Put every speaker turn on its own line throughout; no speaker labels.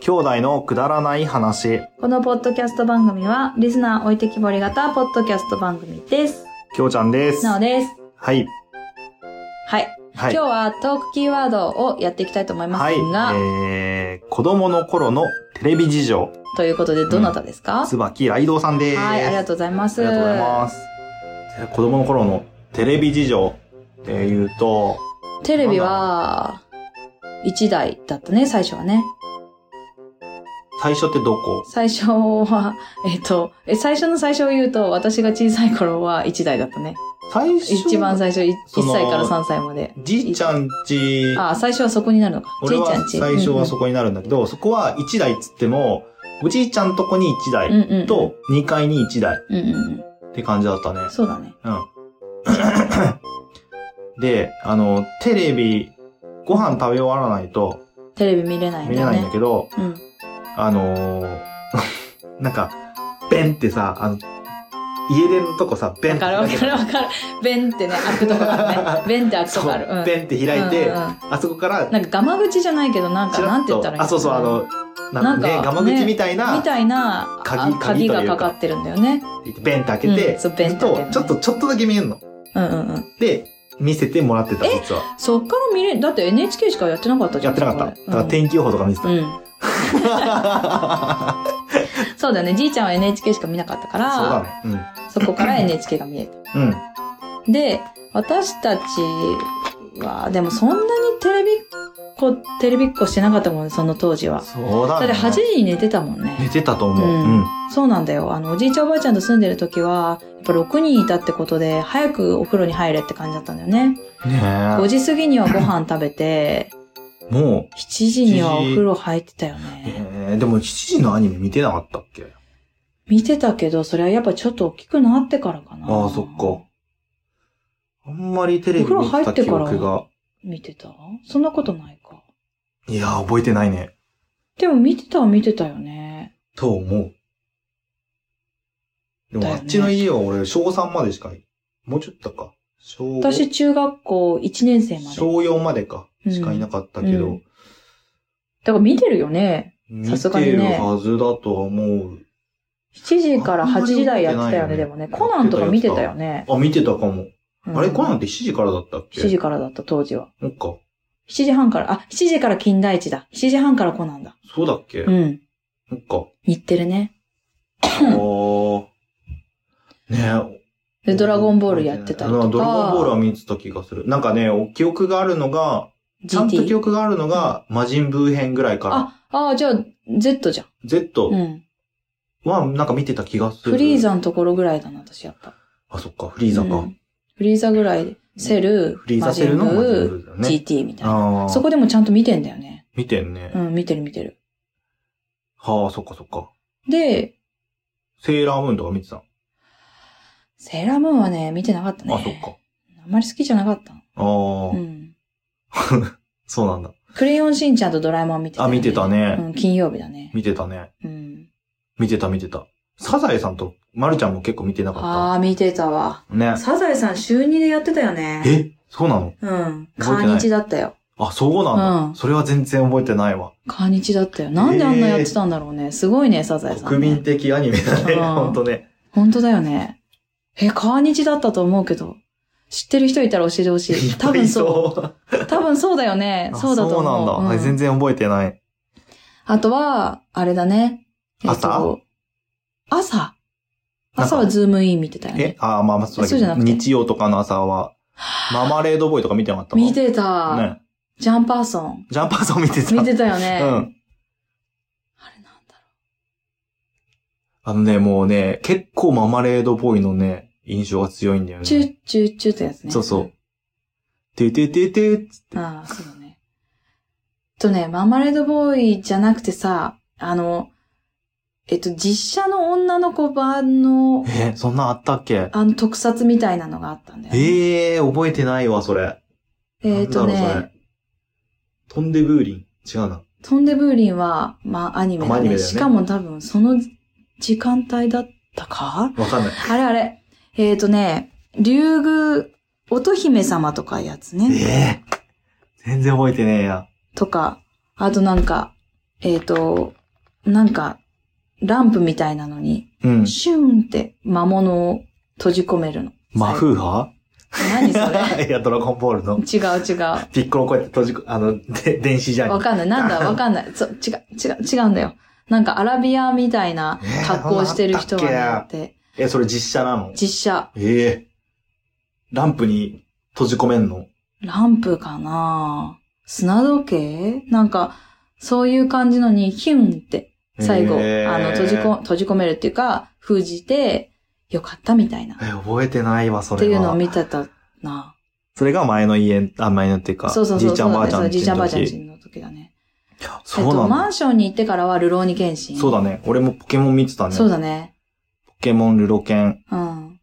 兄弟のくだらない話。
このポッドキャスト番組は、リスナー置いてきぼり型ポッドキャスト番組です。
きょうちゃんです。
なおです。
はい。
はい。
はい。
今日はトークキーワードをやっていきたいと思いますが、
はい。えー、子供の頃のテレビ事情。
ということで、どなたですか、
椿雷道さんです。
はい、ありがとうございます。
ありがとうございます。子供の頃のテレビ事情っていうと、
テレビは、1台だったね、最初はね。
最初ってどこ
最初は、 えっと、え、最初の最初を言うと、私が小さい頃は1台だったね。
最初。
一番最初、い
そ
1
の
歳から3歳まで。
じいちゃんち、
あ、最初はそこになるのか。じ
俺
いちゃん
は
ち。
最初はそこになるんだけど、そこは1台っつっても、おじいちゃんとこに1
うん
台
うんうん。
と2階に1台
うんうんうん。
って感じだったね。
そうだね。
うん。で、あの、テレビ、ご飯食べ終わらないと
テレビ見れないんだ
見れ
よ
ない
ね。
んだけど、
うん。
あの ーなんか、ベンってさ、あの、家出のとこさ、ベン
わ
って
かるわ
開け
かる
た
わかる。ベンってね、開くとこが あるね。ベンって開く
そ
とこある。
う、ベンって開いて、
うんうんうん
あそこから、
なんかガマ口じゃないけど、なんか、
チラッと
なんて言ったらいいの
あ、そうそう、あの、な
なんん
か
か
ね、ガマ口みたいな、
みたいな、
鍵
あ
鍵
鍵
というか
がかかってるんだよね。
ベンって開けて、
うんそうベンって開けるのね
ちょっと、ちょっとだけ見えんの。
うんうんうん。
で、見せてもらってた、実は。
そっから見れ、だって NHK しかやってなかったじ
や
ゃん。
ってなかっ
そ
た。
れ
だから天気予報とか見てた。
うん。うんそうだよね。じいちゃんは NHK しか見なかったか
そうだ
ら、
ね。
そこから NHK が見えた。
うん。うん。
で、私たちは、でもそんなにテレビっ子、テレビっ子してなかったもんね、その当時は。
そうだ
だっ
ね。
て8時に寝てたもんね。
寝てたと思う。う。
うんんそうなんだよ。あの、おじいちゃんおばあちゃんと住んでる時は、やっぱ6人いたってことで、早くお風呂に入れって感じだったんだよね。5
ね
時過ぎにはご飯食べて、
え。も
7時にはお風呂入ってたよ
う、
ね。
えー、でも7時のアニメ見てなかったっけ
見てたけど、それはやっぱちょっと大きくなってからかな。
ああ、そっか。。あんまりテレビ見てた記
お風
憶
呂
が。
見てたそんなことないか。
いやー、覚えてないね。
でも見てたは見てたよね。
と思う。で
だ
も、
よ
あ
ね
っちの家は俺、小3までしかい、もうちょっとか。小五
私、中学校1年生まで。
小4までか。
うん
しかいなかったけ
う
ど
ん、だから見てるよね。
見
さすが
て
に
る
ね
はずだとは思う。
7時から
あんまり
8時台やってたよ
覚えてないよね
ね、でもね。コナンとか見てたよね。
あ、見てたかも。あれ、コナン
ン
って7時からだったっけ
?7 時からだった、当時は。
そっか。
7時半から、あ、7時から金田一だ。7時半からコナンだ。
そうだっけ
うん。
そっか。
日テレね。
おー。ね
で、ドラゴンボールやってたり
あ
と
ドラゴンボールは
か、
見てた気がする。なんかね、お記憶があるのが、ちゃんと記
GT。
憶があるのが、魔人ブー編ぐらいから。
あ、ああ、じゃあ、Z じゃん。う
Z
ん。
はなんか見てた気がする。
フリーザのところぐらいだな、私やっぱ。
あ、そっか、フリーザ
う
か。
んフリーザぐらいで、セル、
フリーザセルの
マジ
魔
ンブ
人
ー
ブーだよね。
GT みたいな。
ああ。
そこでもちゃんと見てんだよね。
見てんね
う。ん、見てる見てる。
はあ、そっかそっか。
で、
セーラームーンとか見てた。
セーラームーンはね、見てなかったね。
あ、そっか。
あんまり好きじゃなかった。
あ
う
あ、
ん。
そうなんだ。
クレヨンしんちゃんとドラえもん見てた、
あ、見てた。
う
ね。
ん、金曜日だね。
見てたね。
うん。
見てた見てた。サザエさんとマルちゃんも結構見てなか
ああ、見てたわ。
った。ね。
サザエさん週2でやってたよね。
えそうなの
うん。
覚えてない
カーニチだったよ。
あ、そうなんだ、
うん
それは全然覚えてないわ。
カーニチだったよ。なんであんなやってたんだろうね。すごいね、サザエさん、ね。
国民的アニメだね。
うん
ほんとね。
本当だよね。え、カーニチだったと思うけど。知ってる人いたら教えてほし
い
い。
っぱ
多
いい
分そ
そう。。
う。多分そうだよね
あ
そうだと思う。
そうなんだ、
うん
全然覚えてない。
あとは、あれだね。と
朝
朝朝はズームイン見てたよ
え
ね。
あーまあまあ、そうだ
そ
け
うじゃな
ど、
くて
日曜とかの朝は、ママレードボーイとか見てなかったの
見てた、
ね。
ジャンパーソン。
ジャンパーソン見てた。
見てたよね。
うん。
あれなんだ
あのね、もうね、結構ママレードボーイのね、印象が強いんだよね。
チュッチュッチュってやつね。
そうそう。ててててて
ああ、そうだね。とね、マーマレードボーイじゃなくてさ、あの、えっと、実写の女の子版の、
え、そんなんあったっけ
あの、特撮みたいなのがあったんだよ、ね。
ええー、覚えてないわ、それ。
えっ、と
なんだろうそ
ね、
れ。飛んでブーリン。違うな。
トンデブーリンは、まあ、アニメ
まあア
だ
ニメ
ね。
だよね
しかも多分、その時間帯だったか
わかんない。
あれあれ。えっ、とね、竜宮、乙姫様とかいうやつね。
ええ全然覚えてねえや。
とか、あとなんか、えっ、と、なんか、ランプみたいなのに、
うん。
シューンって魔物を閉じ込めるの。
マフーハ
何そ れ
いや、ドラゴンボールの。
違う違う。
ピッコロこうやって閉じこ、あの、で、電子ジャー
わ
ニー。
かんない。なんだわかんない。そう、違う、違う、違うんだよ。なんかアラビアみたいな
えー
格好をしてる人がねいて、
え、それ実写なの
実写、
ええランプに閉じ込めんの
ランプかな砂時計なんか、そういう感じのに、ヒュンって、最後、
えー
あの、閉じこ、閉じ込めるっていうか、封じて、よかったみたいな。っ
え、覚えてないわ、そ
て
れは。
いうのを見てたな。
それが前の家、あ、前のっていうか、
そうそうそう。
じいちゃんばあちゃ
そ
ん
う
ち
じいちゃんばあちゃん
の
ち
時。
の時だね。
そう
え
な
っと、
んだ
マ。ンションに行ってからは、ルローニケンシン。
そうだね。俺もポケモン見てたね。
そうだね。
ポケモン、ルロケン。
うん。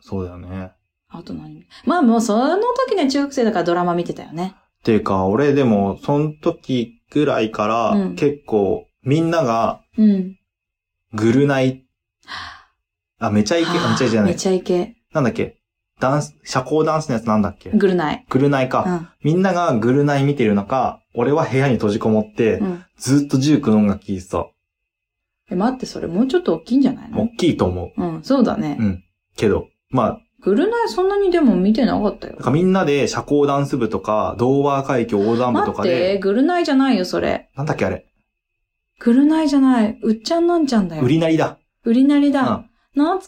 そうだよね。
あと何まあもうその時ね、中学生だからドラマ見てたよね。
っていうか、俺でも、その時ぐらいから
う、ん
結構、みんなが、
うん。
ぐるない。あ、めちゃイケ、あめちゃイケじゃな
め
い。
ちゃイケ。
なんだっけダンス、社交ダンスのやつなんだっけ
ぐるない。
ぐるないか。
うん。
みんながぐるない見てる中、俺は部屋に閉じこもって、
うん。
ずっとジュークの音楽聴いてた。
え、待って、それもうちょっと大きいんじゃない
大
の
きいと思う。
うん、そうだね。
けど、ま
ぐるないそんなにでも見てなかったよ
あ、なん。かみんなで社交ダンス部とか、童話海峡横断部
待
と
っ
か
て、
で、
ぐるないじゃないよ、それ。
なんだっけあれ、
ぐるないじゃない。うっちゃんなんちゃんだよ
売。りなりだ。
売りなり
う
だ
ん。。
懐か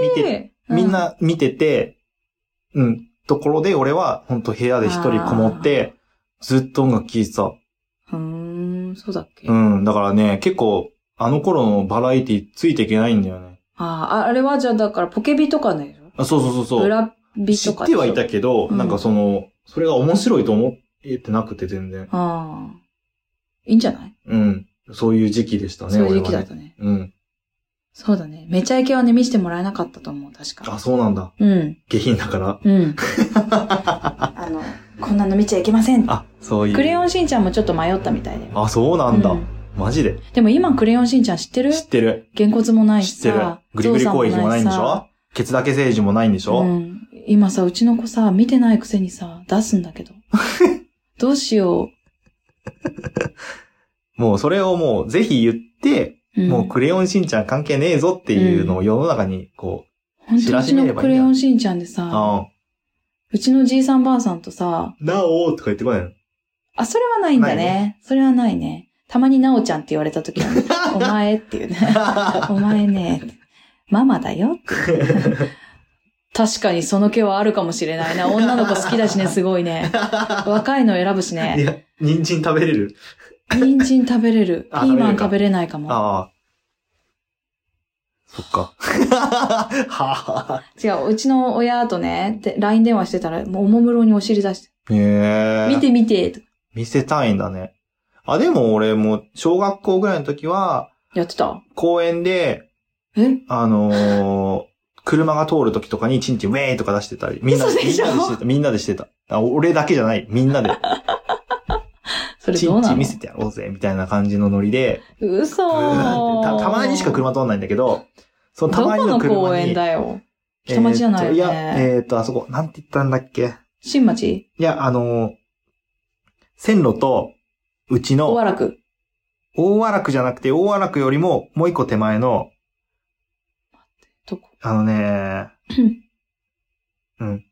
見、
してい。う
みん、な見てて、うん、ところで俺は、ほんと部屋で一人こもって、ずっと音楽聴いてた。
うーん、そうだっけ。
う
あ
ん、だからね、結構、あの頃のバラエティついていけないんだよね。
あ、あれはじゃあだからポケビとかね。
あそうそうそうそう。
ブラビ
知
と
っ
か
て
でしょ
はいたけど、
うん
なんかその、それが面白いと思えてなくて全然。
ああ。いいんじゃない、
うん。そういう時期でしたね、
そういう時期
俺
だ
は
っ
ね。
たね。
うん。
そうだね。めちゃイケはね、見せてもらえなかったと思う、確か。
あ、そうなんだ。
うん、
下品だから。
うん。あの、こんなの見ちゃいけません。
あ、そういう。
クレヨンしんちゃんもちょっと迷ったみたいだよ。
あ、そうなんだ。
う
マジで。
でも今、クレヨンしんちゃん知ってる
知ってる。
げんこつもないし
知ってる
さ。。
グリグリ攻撃もないんでし
ゾウ
ょケツだけ政治もないんでし
さん
ょ、
もないさうん。今さ、うちの子さ、見てないくせにさ、出すんだ けど。どうしよ
もうそれをもうぜひ言って、
う。ん
もうクレヨンしんちゃん関係ねえぞっていうのを世の中にこ
本
知
当
ら
う
し
ち
めれ
の
ばい
ク
いんだ
レヨンしんちゃんで
う、
さ、
あ
うちのじいさんばあさんとさ、
ーなおーとか言ってこないの
あ、それはないんだね。
ない
それはないね。たまになおちゃんって言われた時は、 お前っていうね。お前ね、ママだよって。確かにその毛はあるかもしれないな。女の子好きだしね、すごいね。若いの選ぶし
い
ね。
や、人参食べれる
人参食べれる。ピ
あ
ーマン
食
食
べ
べれないかも。
ああ。そっ か。はあ。
違う、うちの親とね、で LINE 電話してたら、もうおもむろにお尻出して、
へえ。
見て見て、とか
見せたいんだね。あ、でも俺も小学校ぐらいの時は、
やってた。
公園で、
え
あ のー車が通る時とかにチンチンウェーイとか出してたり、みんなで
嘘で
みん
しょ
なでしてた。みんなでしてた。あ俺だけじゃない。みん なで、
それ
チ
どう
ンチ
な
ン
の
見せてやろうぜ、みたいな感じのノリで、
嘘
ブーンってたたまにしか車通んないんだけど、そのたまにの
どこの公
車に。
園だよ。下町じゃないよね
えーっといや、えーっと、あそこ、なんて言ったんだっけ
新町
いや、あのー線路と、うち
大
の、
原区。
大和楽じゃなくて、大和楽よりも、もう一個手前の、
どこ
あの ねうん、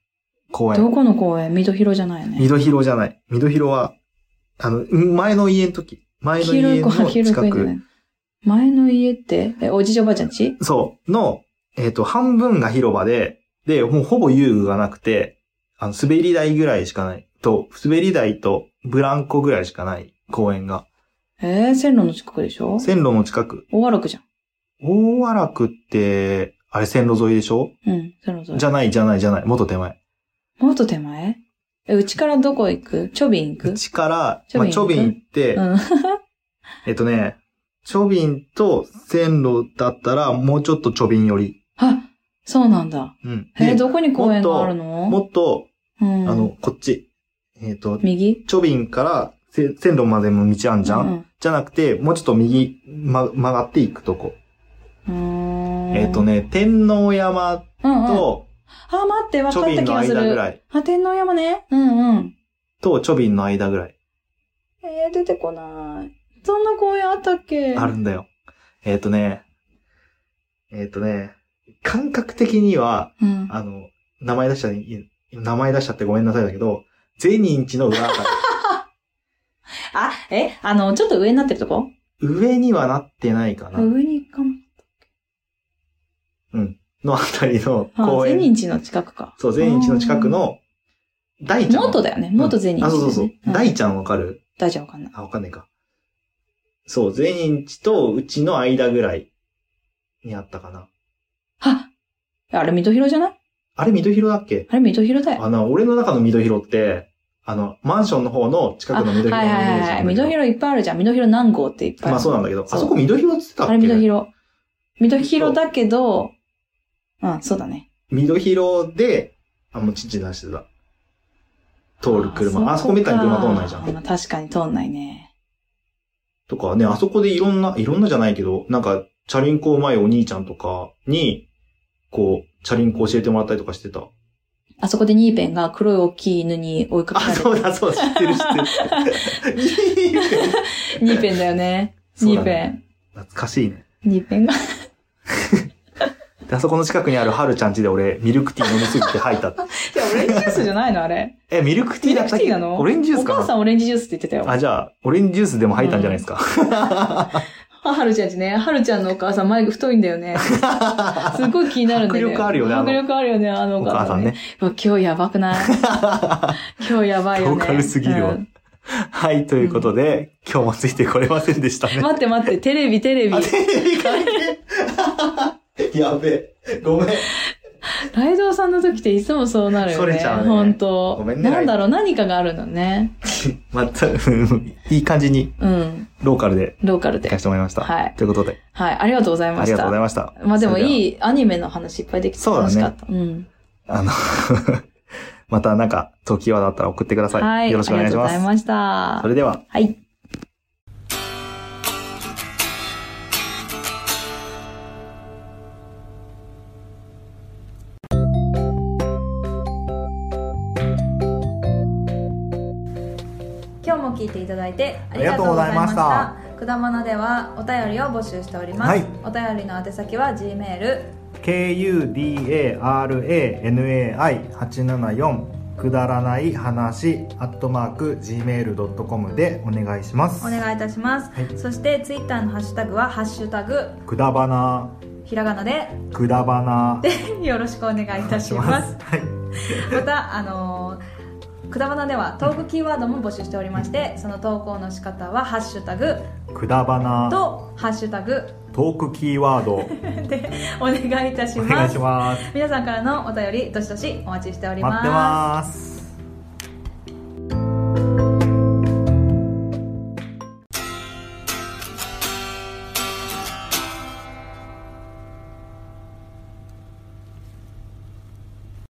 公
ど
園。
この公園ミドヒロじゃないよ
ミ
ね。
ドヒロじゃない。ミドヒロは、あの、うん前の家の時。前の
黄色
家
い
の
子は黄色
近
い子じゃな
く。
い。前の家って、え、おじいちゃんおばあちゃんち
そう。の、えっ、と、半分が広場で、で、もうほぼ遊具がなくて、あの、滑り台ぐらいしかない。と、滑り台とブランコぐらいしかない公園が。
えー、線路の近くでしょ
線路の近く。
大原区じゃ
大和楽って、あれ線路沿いでしょ
ん。うん、線路沿い
じ。ゃないじゃないじゃない。元手前。
もっと手前え、うちからどこ行くチョビン行
う
く
ちから、
チョ
まあ、
ビン
ちょびん行って、
うん。
えっとね、ちょびんと線路だったら、もうちょっとちょびん寄り。
あ、そうなんだ。
うん。
え
で、
どこに公園があるの
もっと、
うん、
あの、、こっち。えっ、と、
右
ちょびんからせ線路までの道あんじゃん、
うん
じゃなくて、もうちょっと右、ま、曲がっていくとこ。
うん。うーん
えっ、と。ね、天王山
うんうん。
と、
あ、待って、分
ち
か
ょ
っ
び
た
ん
気
の
がす
間ぐら
る。
い。
あ、天皇山ね。うんうん。
と、ちょびんの間ぐらい。
えー、出てこない。そんな公園あったっけ
あるんだよ。えっ、とね、えっ、とね、感覚的には、
うん。
あの、名前出したらいい、名前出したってごめんなさいだけど、ゼニンチの裏あ たり。
あ、え、あの、ちょっと上になってるとこ
上にはなってないかな。
上にかも。
のあたりの
あ、
公
ゼ
園。
ニンチの近くか。
そう、ゼニンチの近くの、大ちゃん。
元だよね。元ゼニンチ、
あ、そうそうそう。大
ち
ちゃんわかる
ゃん。大ちゃんわかんない。
あ、わかんないか。そう、ゼニンチとうちの間ぐらいにあったかな。
はあれ、ミドヒロじゃない
あれ、緑広だっけ
あれ、ミドヒロだよ。
あの、俺の中の緑広って、あの、マンションの方の近くの緑広の
は
イ
い
メ
は
ー
い
ジな
は。
いんだけ
ミ
ど
ドヒロいっぱいあるじゃん。ミドヒロ何号っていっぱいある。
まあそうなんだけど、
そう
あそこ緑広って言ってたっ
あ
け
れ、ミドヒロ。ミドヒロだけど、うん、そうだね。
緑広で、あ、もう父出してた。通る車。あそこめったに車通んないじゃん
あ。まあ確かに通んないね。
とかね、あそこでいろんな、いろんなじゃないけど、なんか、チャリンコうまいお兄ちゃんとかに、こう、チャリンコ教えてもらったりとかしてた。
あそこでニーペンが黒い大きい犬に追いかけら
あ、
れて
そうだ、そうだ、知ってる、知って る。
ニーペンだよね。
そう
ニ
だ
ーペ
ね
ン。
懐かしいね。
ニーペンが。
で、あそこの近くにあるはるちゃん家で俺、ミルクティー飲みすぎて吐いたって。
いや、オレンジジュースじゃないのあれ。
え、ミルクティーだったっけ
ミルクティーなの
オレンジジュー
お
スか
母
な
さんオレンジジュースって言ってたよ。
あ、じゃあ、オレンジジュースでも吐いたんじゃないですか。
ははるちゃんちね。はるちゃんのお母さん、マイク太いんだ よね。すごい気になるんだよね。
迫力あるよねあの
迫力あるよね、あの
お母さんね。。
うわ今日やば くない今日やばいよ
ロ
ね。
ーカルすぎるわ
うん
はい、ということで、今日もついてこれませんでしたね。
待って待って、テレビテレビ
あ、。テレビ関係 やべえ。ごめん。
ライドウさんの時っていつもそうなるよね。
それちゃうね
本当
ごめんね
なんだろう、何かがあるのね。
また、うんいい感じに
うん。
ローカルで
ローカル
行
で
か。せてもらいました。
はい
ということで、
はい、ありがとうござい
あ
ま
り
し
がとう
た。
ござい
ま
ました。
あでも
い。
いいアニメの話いっぱいできて
そうだ
楽
ね
しかった。うん。
あの、 またなんか、時はだったら送ってください。
はい。
よろしくお願いしま
あ
す。
りがとうございました。
それでは。
はい。今日も聞いていただいてありがとうございました。
あ
くだまなではお便りを募集しております。
はい
お便りの宛先は G メール
kudaranai874 くだらない話アットマーク gmail.com でお願いします
お願いいたします。
はい
そしてツイッターのハッシュタグはハッシュタグ
くだばな
ひらがなで
くだばな
よろしくお願いいたします。
はい
またあのーくだばなではトークキーワードも募集しておりましてその投稿の仕方は「ハッシュタグ
くだば」な
と「ハッシュタグ
トークキーワード」
でお願いいたし
お願
ま
い
す
します
皆さんからのお便りどしどしお待ちしており
待ってます